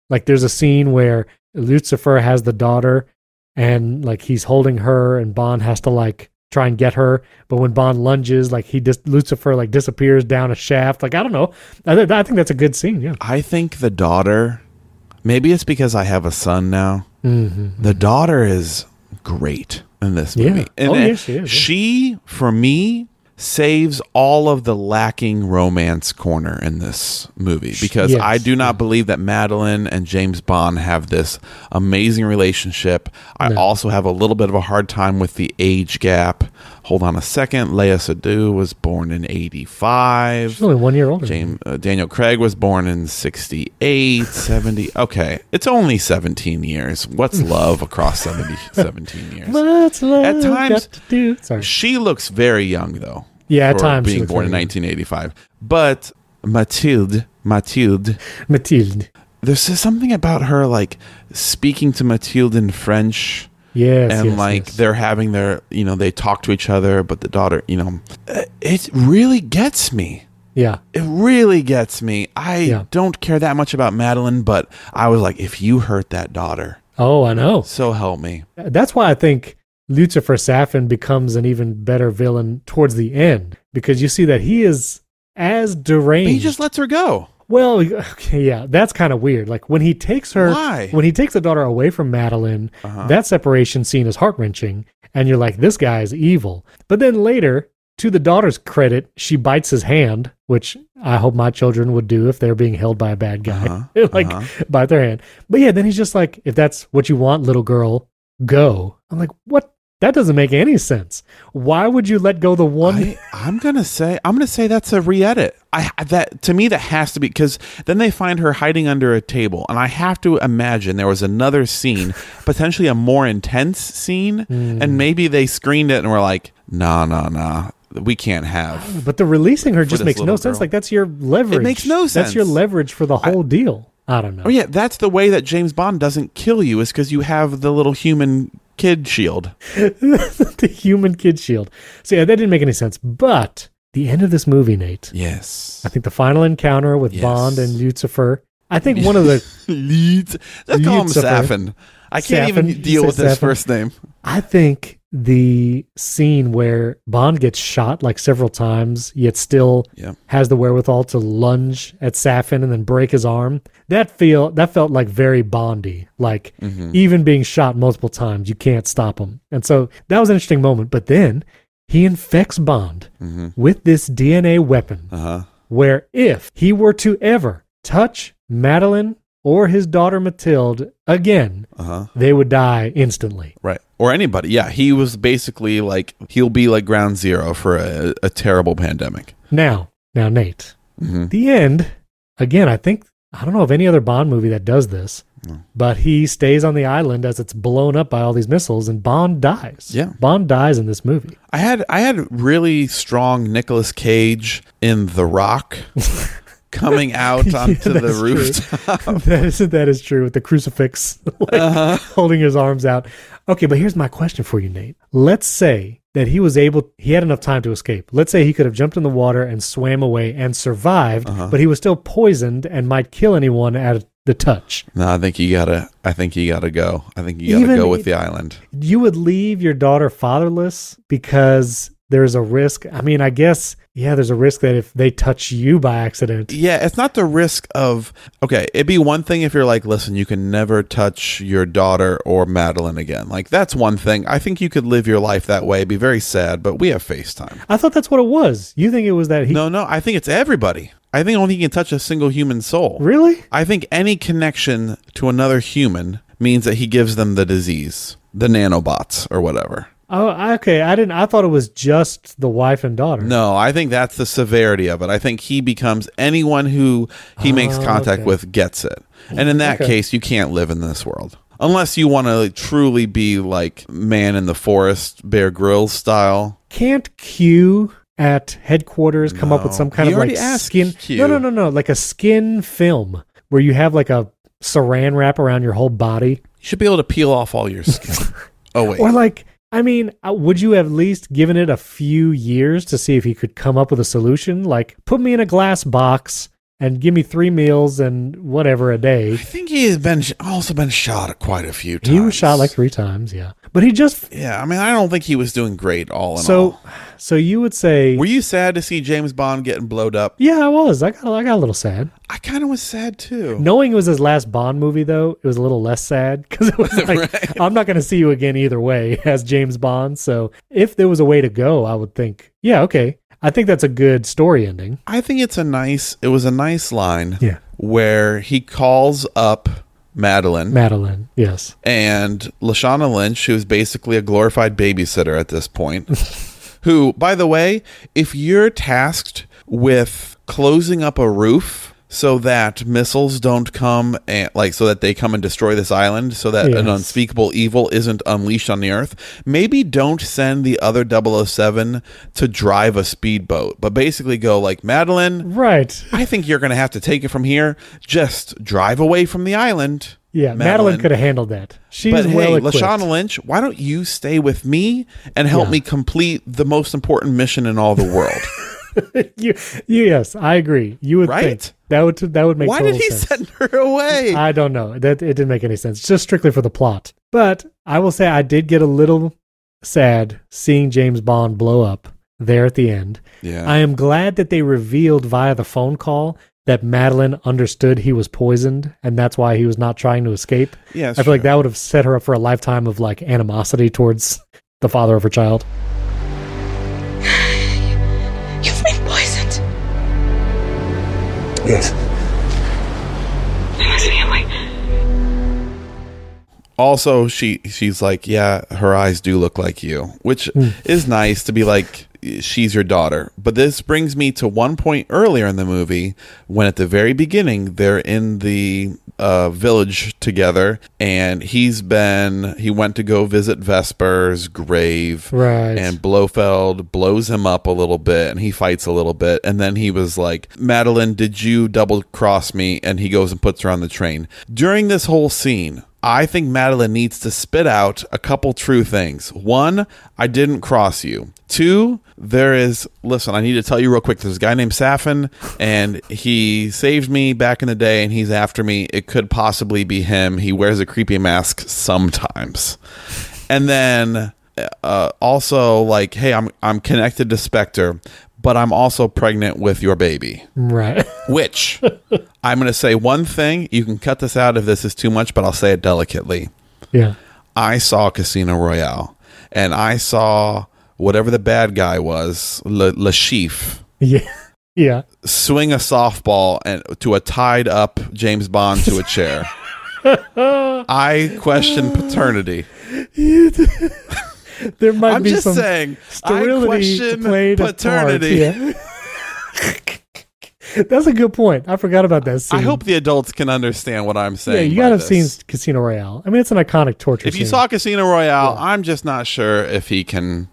Speaker 1: like there's a scene where Lucifer has the daughter and like he's holding her and Bond has to like try and get her but when Bond lunges like he just Lucifer like disappears down a shaft like I don't know I, th- I think that's a good scene yeah
Speaker 2: I think the daughter. Maybe it's because I have a son now. Mm-hmm. The daughter is great in this
Speaker 1: Yeah.
Speaker 2: movie. And
Speaker 1: Oh,
Speaker 2: it-
Speaker 1: yeah, she is, yeah.
Speaker 2: She, for me, saves all of the lacking romance corner in this movie because
Speaker 1: yes,
Speaker 2: I do not believe that Madeline and James Bond have this amazing relationship. I also have a little bit of a hard time with the age gap. Hold on a second. Leia Sadu was born in 85.
Speaker 1: she's only one year older
Speaker 2: James, uh, Daniel Craig was born in 68, 70. Okay. It's only 17 years. What's love across 70, 17 years?
Speaker 1: What's love
Speaker 2: At times-
Speaker 1: got to do- sorry
Speaker 2: She looks very young, though.
Speaker 1: Yeah, at
Speaker 2: for
Speaker 1: times she
Speaker 2: Being
Speaker 1: looks
Speaker 2: born in
Speaker 1: very young.
Speaker 2: 1985. But Mathilde, Mathilde,
Speaker 1: Mathilde
Speaker 2: there's just something about her, like speaking to Mathilde in French
Speaker 1: Yes,
Speaker 2: and
Speaker 1: yes,
Speaker 2: like
Speaker 1: yes.
Speaker 2: they're having their you know they talk to each other, but the daughter you know uh, it really gets me.
Speaker 1: Yeah.
Speaker 2: It really gets me. I
Speaker 1: Yeah.
Speaker 2: don't care that much about Madeline, but I was like, if you hurt that daughter,
Speaker 1: Oh, I know.
Speaker 2: so help me.
Speaker 1: That's why I think Lucifer Safin becomes an even better villain towards the end because you see that he is as
Speaker 2: But
Speaker 1: deranged.
Speaker 2: he just lets her go.
Speaker 1: Well, okay, yeah, that's kind of weird. Like when he takes her,
Speaker 2: Why?
Speaker 1: when he takes the daughter away from Madeline,
Speaker 2: Uh-huh.
Speaker 1: that separation scene is heart wrenching, and you're like, this guy is evil. But then later, to the daughter's credit, she bites his hand, which I hope my children would do if they're being held by a bad guy,
Speaker 2: Uh-huh,
Speaker 1: like
Speaker 2: uh-huh.
Speaker 1: bite their hand. But yeah, then he's just like, if that's what you want, little girl, go. I'm like, what? That doesn't make any sense. Why would you let go the one?
Speaker 2: I, I'm gonna say I'm gonna say that's a re-edit. I that to me that has to be because then they find her hiding under a table, and I have to imagine there was another scene, potentially a more intense scene,
Speaker 1: Hmm.
Speaker 2: and maybe they screened it and were like, nah, nah, nah, we can't have.
Speaker 1: But the releasing her just
Speaker 2: this
Speaker 1: makes no
Speaker 2: little
Speaker 1: sense.
Speaker 2: girl.
Speaker 1: Like that's your leverage.
Speaker 2: makes no
Speaker 1: That's your
Speaker 2: sense.
Speaker 1: leverage for the whole deal. I don't know.
Speaker 2: Oh yeah, that's the way that James Bond doesn't kill you is because you have the little human kid shield.
Speaker 1: the human kid shield. So yeah, that didn't make any sense. But the end of this movie, Nate.
Speaker 2: Yes.
Speaker 1: I think the final encounter with
Speaker 2: Yes.
Speaker 1: Bond and Lucifer. I think one of the.
Speaker 2: Leeds. Let's call him
Speaker 1: Leeds up there.
Speaker 2: Safin. I can't
Speaker 1: Safin.
Speaker 2: even
Speaker 1: You
Speaker 2: deal
Speaker 1: said
Speaker 2: with his
Speaker 1: Safin.
Speaker 2: first name.
Speaker 1: I think the scene where Bond gets shot like several times, yet still
Speaker 2: Yep.
Speaker 1: has the wherewithal to lunge at Safin and then break his arm. That feel that felt like very Bondy. Like even being shot multiple times, you can't stop him. And so that was an interesting moment. But then he infects Bond with this DNA weapon,
Speaker 2: Uh-huh.
Speaker 1: where if he were to ever touch Madeline or his daughter Mathilde again,
Speaker 2: Uh-huh.
Speaker 1: they would die instantly.
Speaker 2: Right. Or anybody. Yeah. He was basically like, he'll be like ground zero for a, a terrible pandemic.
Speaker 1: Now, now, Nate,
Speaker 2: Mhm.
Speaker 1: the end, again, I think, I don't know of any other Bond movie that does this, but he stays on the island as it's blown up by all these missiles and Bond dies.
Speaker 2: Yeah.
Speaker 1: Bond dies in this movie.
Speaker 2: I had I had really strong Nicolas Cage in The Rock coming out onto the
Speaker 1: that's true.
Speaker 2: rooftop.
Speaker 1: that, is, that is true with the crucifix like, holding his arms out. Okay, but here's my question for you, Nate. Let's say that he was able, he had enough time to escape. Let's say he could have jumped in the water and swam away and survived, but he was still poisoned and might kill anyone at the touch.
Speaker 2: No, I think you gotta. I think you gotta go. I think you gotta
Speaker 1: Even
Speaker 2: go with
Speaker 1: if-
Speaker 2: the island.
Speaker 1: you would leave your daughter fatherless because there's a risk. I mean, I guess, yeah, there's a risk that if they touch you by accident,
Speaker 2: Yeah, it's not the risk of okay. It'd be one thing if you're like, listen, you can never touch your daughter or Madeline again. Like that's one thing. I think you could live your life that way. It'd be very sad, but we have FaceTime.
Speaker 1: I thought that's what it was. You think it was that he
Speaker 2: no, no. I think it's everybody. I think only he can touch a single human soul.
Speaker 1: really?
Speaker 2: I think any connection to another human means that he gives them the disease, the nanobots or whatever.
Speaker 1: Oh, I- okay. I didn't. I thought it was just the wife and daughter.
Speaker 2: No, I think that's the severity of it. I think he becomes anyone who he makes
Speaker 1: Oh,
Speaker 2: contact
Speaker 1: okay.
Speaker 2: with gets it. And in that
Speaker 1: Okay.
Speaker 2: case, you can't live in this world. Unless you want to truly be like man in the forest, Bear Grylls style.
Speaker 1: Can't Q at headquarters come up with
Speaker 2: No.
Speaker 1: some kind
Speaker 2: You
Speaker 1: of like
Speaker 2: already asked
Speaker 1: skin?
Speaker 2: Q.
Speaker 1: No, no, no, no. Like a skin film where you have like a saran wrap around your whole body.
Speaker 2: You should be able to peel off all your skin. oh, wait.
Speaker 1: Or like, I mean, uh, would you have at least given it a few years to see if he could come up with a solution? Like, put me in a glass box and give me three meals and whatever a day.
Speaker 2: I think he has been sh- also been shot quite a few times.
Speaker 1: He was shot like three times, yeah. But he just
Speaker 2: Yeah, I mean, I don't think he was doing great all in
Speaker 1: so
Speaker 2: all.
Speaker 1: so you would say,
Speaker 2: Were you sad to see James Bond getting blowed up?
Speaker 1: yeah, I was. I got I got a little sad.
Speaker 2: I kind of was sad too.
Speaker 1: Knowing it was his last Bond movie, though, it was a little less sad because it was like, I'm not going to see you again either way as James Bond. So if there was a way to go, I would think, yeah, okay, I think that's a good story ending.
Speaker 2: I think it's a nice. It was a nice line.
Speaker 1: Yeah.
Speaker 2: Where he calls up Madeline
Speaker 1: Madeline, yes.
Speaker 2: and Lashana Lynch, who's basically a glorified babysitter at this point. who, by the way, if you're tasked with closing up a roof so that missiles don't come and like so that they come and destroy this island so that an
Speaker 1: Yes.
Speaker 2: unspeakable evil isn't unleashed on the earth maybe don't send the other 007 to drive a speedboat but basically go like madeline
Speaker 1: Right.
Speaker 2: I think you're going to have to take it from here. Just drive away from the island.
Speaker 1: Yeah, Madeline,
Speaker 2: Madeline.
Speaker 1: could have handled that. She's
Speaker 2: but
Speaker 1: well
Speaker 2: hey,
Speaker 1: equipped.
Speaker 2: Lashana Lynch, why don't you stay with me and help
Speaker 1: Yeah.
Speaker 2: me complete the most important mission in all the world?
Speaker 1: you, you- yes, I agree. You would
Speaker 2: Right?
Speaker 1: think that would that would make
Speaker 2: why
Speaker 1: total
Speaker 2: did he
Speaker 1: sense.
Speaker 2: send her away?
Speaker 1: I don't know. That it didn't make any sense. Just strictly for the plot. But I will say I did get a little sad seeing James Bond blow up there at the end.
Speaker 2: yeah.
Speaker 1: I am glad that they revealed via the phone call that Madeline understood he was poisoned and that's why he was not trying to escape.
Speaker 2: Yeah,
Speaker 1: I
Speaker 2: that's
Speaker 1: feel like
Speaker 2: true.
Speaker 1: that would have set her up for a lifetime of like animosity towards the father of her child.
Speaker 4: You've been poisoned.
Speaker 5: Yes.
Speaker 4: There must be a way.
Speaker 2: also she she's like yeah her eyes do look like you which is nice to be like she's your daughter but this brings me to one point earlier in the movie when at the very beginning they're in the uh, village together and he's been he went to go visit vesper's grave
Speaker 1: Right.
Speaker 2: and Blofeld blows him up a little bit and he fights a little bit. And then he was like, Madeline, did you double cross me? And he goes and puts her on the train. During this whole scene, I think Madeline needs to spit out a couple true things. One, I didn't cross you. Two, there is, listen, I need to tell you real quick there's a guy named Safin and he saved me back in the day and he's after me. It could possibly be him. He wears a creepy mask sometimes and then uh, also like, hey, I'm I'm connected to Spectre, but I'm also pregnant with your baby.
Speaker 1: Right.
Speaker 2: Which I'm going to say one thing. You can cut this out if this is too much, but I'll say it delicately.
Speaker 1: yeah.
Speaker 2: I saw Casino Royale, and I saw whatever the bad guy was, Le, Le Chiffre,
Speaker 1: Yeah. Yeah.
Speaker 2: swing a softball and to a tied up James Bond to a chair. I question paternity.
Speaker 1: There might
Speaker 2: I'm
Speaker 1: be
Speaker 2: just
Speaker 1: some
Speaker 2: saying. I
Speaker 1: sterility
Speaker 2: question
Speaker 1: played a part,
Speaker 2: paternity.
Speaker 1: yeah. That's a good point. I forgot about that scene.
Speaker 2: I hope the adults can understand what I'm saying.
Speaker 1: Yeah, you
Speaker 2: by
Speaker 1: gotta have
Speaker 2: this.
Speaker 1: seen Casino Royale. I mean, it's an iconic torture.
Speaker 2: If you
Speaker 1: scene.
Speaker 2: saw Casino Royale, I'm just not sure if he can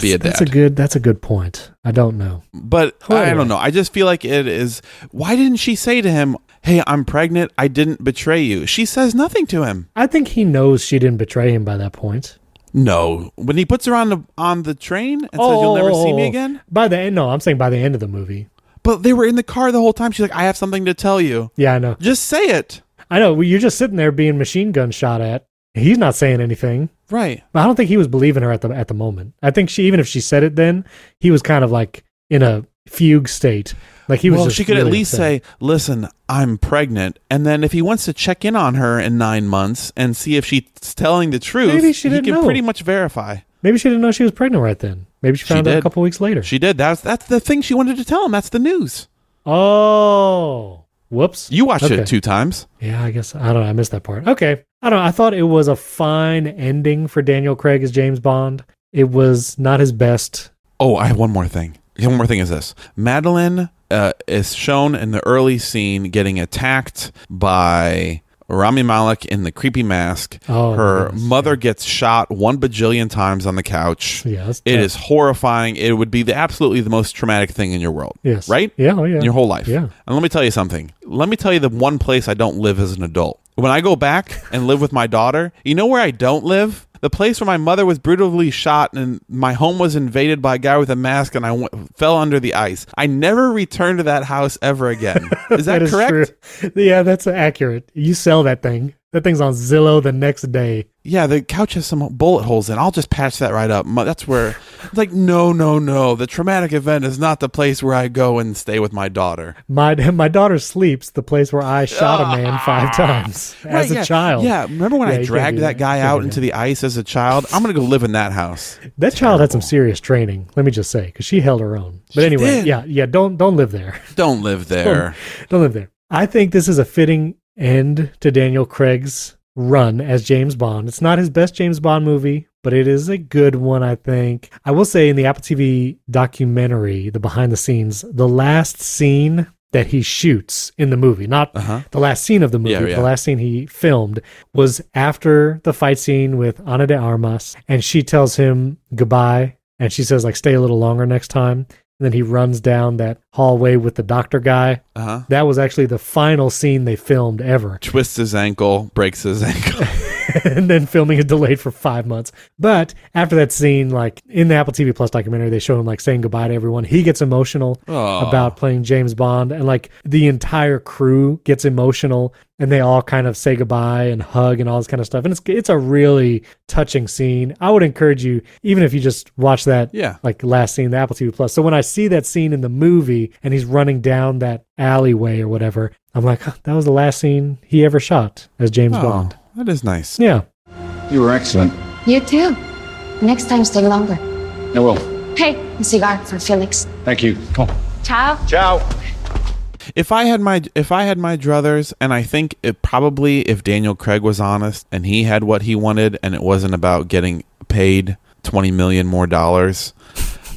Speaker 2: be a dad.
Speaker 1: that's a good. That's a good point. I don't know.
Speaker 2: but I
Speaker 1: Anyway.
Speaker 2: don't know. I just feel like it is. Why didn't she say to him, "Hey, I'm pregnant. I didn't betray you." She says nothing to him.
Speaker 1: I think he knows she didn't betray him by that point.
Speaker 2: No. When he puts her on the on the train and says, "You'll never see me
Speaker 1: oh,
Speaker 2: again,"
Speaker 1: By the end, no, I'm saying by the end of the movie.
Speaker 2: but they were in the car the whole time. She's like, "I have something to tell you."
Speaker 1: Yeah, I know.
Speaker 2: Just say it.
Speaker 1: I know. Well, You're just sitting there being machine gun shot at. He's not saying anything.
Speaker 2: Right.
Speaker 1: But I don't think he was believing her at the at the moment. I think she even if she said it then, he was kind of like in a fugue state. Like he was.
Speaker 2: well,
Speaker 1: just
Speaker 2: she could at
Speaker 1: really
Speaker 2: least
Speaker 1: upset.
Speaker 2: say, "Listen, I'm pregnant," and then if he wants to check in on her in nine months and see if she's telling the truth,
Speaker 1: Maybe she didn't
Speaker 2: he can
Speaker 1: know.
Speaker 2: pretty much verify.
Speaker 1: maybe she didn't know she was pregnant right then. Maybe she
Speaker 2: She
Speaker 1: found out a
Speaker 2: did.
Speaker 1: couple weeks later.
Speaker 2: She did. That's that's the thing she wanted to tell him. That's the news.
Speaker 1: oh, whoops!
Speaker 2: You watched
Speaker 1: Okay.
Speaker 2: it two times.
Speaker 1: Yeah, I guess I don't know. I missed that part. Okay, I don't. know. I thought it was a fine ending for Daniel Craig as James Bond. It was not his best.
Speaker 2: Oh, I have one more thing. Yeah, One more thing is this: Madeline uh, is shown in the early scene getting attacked by Rami Malek in the creepy mask.
Speaker 1: Oh,
Speaker 2: Her
Speaker 1: goodness,
Speaker 2: mother gets shot one bajillion times on the couch.
Speaker 1: Yeah, that's
Speaker 2: It
Speaker 1: tough.
Speaker 2: is horrifying. It would be the absolutely the most traumatic thing in your world.
Speaker 1: Yes.
Speaker 2: Right?
Speaker 1: Yeah, oh, yeah.
Speaker 2: Your whole life.
Speaker 1: Yeah.
Speaker 2: And let me tell you something. Let me tell you the one place I don't live as an adult. When I go back and live with my daughter, you know where I don't live? The place where my mother was brutally shot and my home was invaded by a guy with a mask and I w- fell under the ice. I never returned to that house ever again. Is that, correct?
Speaker 1: true. Yeah, that's accurate. You sell that thing. That thing's on Zillow the next day.
Speaker 2: yeah, the couch has some bullet holes in. it. I'll just patch that right up. Mu- That's where, it's like, no, no, no. The traumatic event is not the place where I go and stay with my daughter.
Speaker 1: My my daughter sleeps the place where I shot a man five times as
Speaker 2: Ah. Right,
Speaker 1: a
Speaker 2: yeah.
Speaker 1: child.
Speaker 2: Yeah, remember when
Speaker 1: Yeah,
Speaker 2: I
Speaker 1: you can't
Speaker 2: dragged
Speaker 1: do
Speaker 2: that guy
Speaker 1: You can't
Speaker 2: out
Speaker 1: do
Speaker 2: into the ice as a child? I'm gonna go live in that house.
Speaker 1: that. that child had some serious training. Let me just say, because she held her own. But
Speaker 2: She
Speaker 1: anyway,
Speaker 2: did.
Speaker 1: yeah, yeah. Don't don't live there.
Speaker 2: Don't live there.
Speaker 1: Don't live there. I think this is a fitting end to Daniel Craig's run as James Bond. It's not his best James Bond movie, but it is a good one, I think. I will say in the Apple TV documentary, the behind the scenes, the last scene that he shoots in the movie, not the last scene of the movie,
Speaker 2: Yeah,
Speaker 1: but
Speaker 2: yeah.
Speaker 1: the last scene he filmed was after the fight scene with Ana de Armas, and she tells him goodbye, and she says like stay a little longer next time. And then he runs down that hallway with the doctor guy.
Speaker 2: Uh-huh.
Speaker 1: That was actually the final scene they filmed ever.
Speaker 2: Twists his ankle, breaks his ankle.
Speaker 1: and then filming is delayed for five months. But after that scene, like in the Apple TV Plus documentary, they show him like saying goodbye to everyone. He gets emotional
Speaker 2: Aw.
Speaker 1: about playing James Bond, and like the entire crew gets emotional, and they all kind of say goodbye and hug and all this kind of stuff. And it's it's a really touching scene. I would encourage you, even if you just watch that,
Speaker 2: Yeah.
Speaker 1: like last scene, the Apple TV Plus. So when I see that scene in the movie, and he's running down that alleyway or whatever. I'm like, "Huh, that was the last scene he ever shot as James
Speaker 2: Oh,
Speaker 1: Bond.
Speaker 2: that is nice.
Speaker 1: Yeah.
Speaker 8: You were excellent.
Speaker 9: You too. Next time, stay longer.
Speaker 8: I will.
Speaker 9: Hey, a cigar for Felix.
Speaker 8: Thank you. Come on.
Speaker 9: Ciao.
Speaker 2: If I had my if I had my druthers, and I think it probably if Daniel Craig was honest and he had what he wanted, and it wasn't about getting paid twenty million more dollars,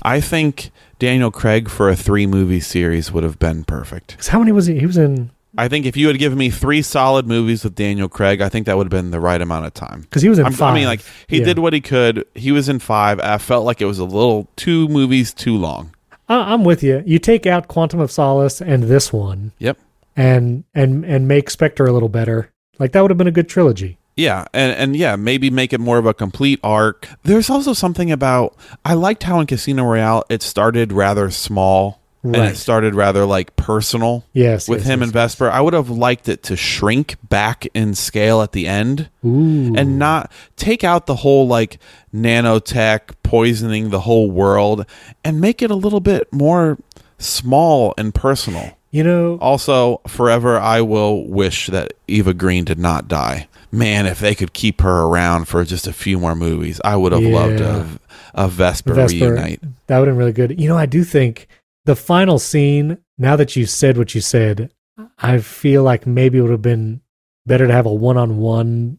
Speaker 2: I think Daniel Craig for a three movie series would have been perfect.
Speaker 1: 'Cause how many was he? He was in
Speaker 2: I think if you had given me three solid movies with Daniel Craig, I think that would have been the right amount of time.
Speaker 1: because he was in
Speaker 2: I'm-
Speaker 1: five.
Speaker 2: I mean, like he
Speaker 1: Yeah.
Speaker 2: did what he could. He was in five. I felt like it was a little two movies too long.
Speaker 1: I, I'm with you. You take out Quantum of Solace and this one,
Speaker 2: Yep.
Speaker 1: and and and make Spectre a little better. Like that would have been a good trilogy.
Speaker 2: Yeah, and and yeah, maybe make it more of a complete arc. There's also something about I liked how in Casino Royale it started rather small and
Speaker 1: Right.
Speaker 2: it started rather like personal.
Speaker 1: Yes,
Speaker 2: with
Speaker 1: yes,
Speaker 2: him
Speaker 1: yes,
Speaker 2: and Vesper, I would have liked it to shrink back in scale at the end
Speaker 1: Ooh,
Speaker 2: and not take out the whole like nanotech poisoning the whole world and make it a little bit more small and personal.
Speaker 1: you know,
Speaker 2: Also, forever I will wish that Eva Green did not die. Man, if they could keep her around for just a few more movies, I would have
Speaker 1: Yeah.
Speaker 2: loved a, a Vesper,
Speaker 1: Vesper.
Speaker 2: reunite.
Speaker 1: That would have been really good. You know, I do think the final scene. Now that you said what you said, I feel like maybe it would have been better to have a one-on-one,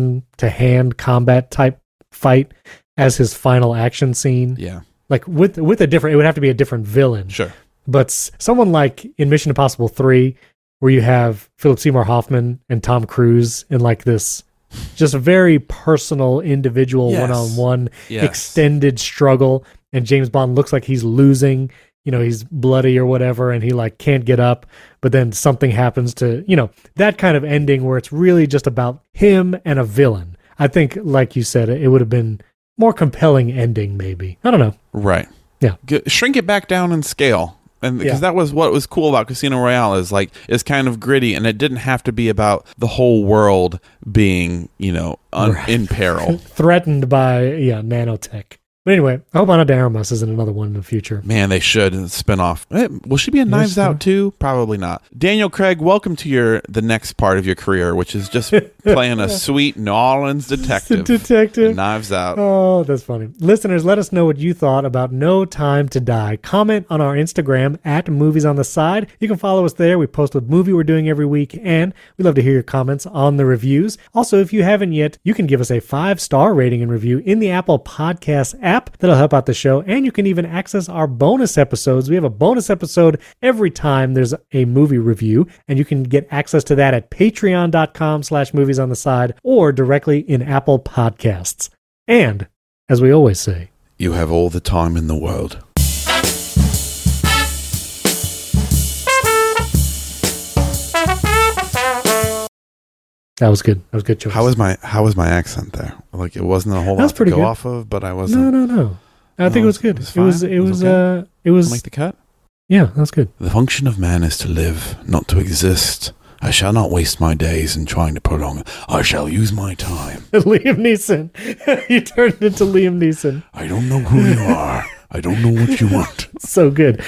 Speaker 1: hand-to-hand combat type fight as his final action scene.
Speaker 2: Yeah,
Speaker 1: Like with with a different, it would have to be a different villain.
Speaker 2: sure.
Speaker 1: But s- someone like in Mission Impossible 3, where you have Philip Seymour Hoffman and Tom Cruise in like this just very personal, individual,
Speaker 2: Yes.
Speaker 1: one on one,
Speaker 2: Yes.
Speaker 1: extended struggle. And James Bond looks like he's losing. You know, he's bloody or whatever, and he like can't get up. But then something happens to, you know, that kind of ending where it's really just about him and a villain. I think, like you said, it would have been more compelling ending, maybe. I don't know.
Speaker 2: Right.
Speaker 1: Yeah.
Speaker 2: G- shrink it back down in scale. And because
Speaker 1: Yeah.
Speaker 2: that was what was cool about Casino Royale is like it's kind of gritty and it didn't have to be about the whole world being, you know, un- in peril.
Speaker 1: threatened by yeah nanotech. But anyway, I hope Ana de Armas is in another one in the future.
Speaker 2: Man, they should spin off. Eh, Will she be in Knives
Speaker 1: sir.
Speaker 2: Out too? Probably not. Daniel Craig, welcome to your the next part of your career, which is just playing a sweet New Orleans detective.
Speaker 1: detective.
Speaker 2: in Knives Out.
Speaker 1: Oh, that's funny. Listeners, let us know what you thought about No Time to Die. Comment on our Instagram at Movies on the Side. You can follow us there. We post a movie we're doing every week, and we love to hear your comments on the reviews. Also, if you haven't yet, you can give us a five star rating and review in the Apple Podcast app. That'll help out the show, and you can even access our bonus episodes. We have a bonus episode every time there's a movie review, and you can get access to that at Patreon.com/slash Movies on the Side or directly in Apple Podcasts. And, as we always say,
Speaker 2: You have all the time in the world.
Speaker 1: that was good. That was a good choice.
Speaker 2: How was my how was my accent there? Like it wasn't a whole
Speaker 1: That's
Speaker 2: lot to
Speaker 1: pretty
Speaker 2: go
Speaker 1: good.
Speaker 2: off of, but I wasn't.
Speaker 1: No, no, no. I
Speaker 2: No,
Speaker 1: think it was good.
Speaker 2: it was
Speaker 1: It was.
Speaker 2: fine.
Speaker 1: It
Speaker 2: It was
Speaker 1: was.
Speaker 2: okay.
Speaker 1: Uh, it was.
Speaker 2: Make the cut.
Speaker 1: Yeah, that was good.
Speaker 2: The function of man is to live, not to exist. I shall not waste my days in trying to prolong. I shall use my time.
Speaker 1: Liam Neeson. you turned into Liam Neeson.
Speaker 2: I don't know who you are. I don't know what you want.
Speaker 1: So good.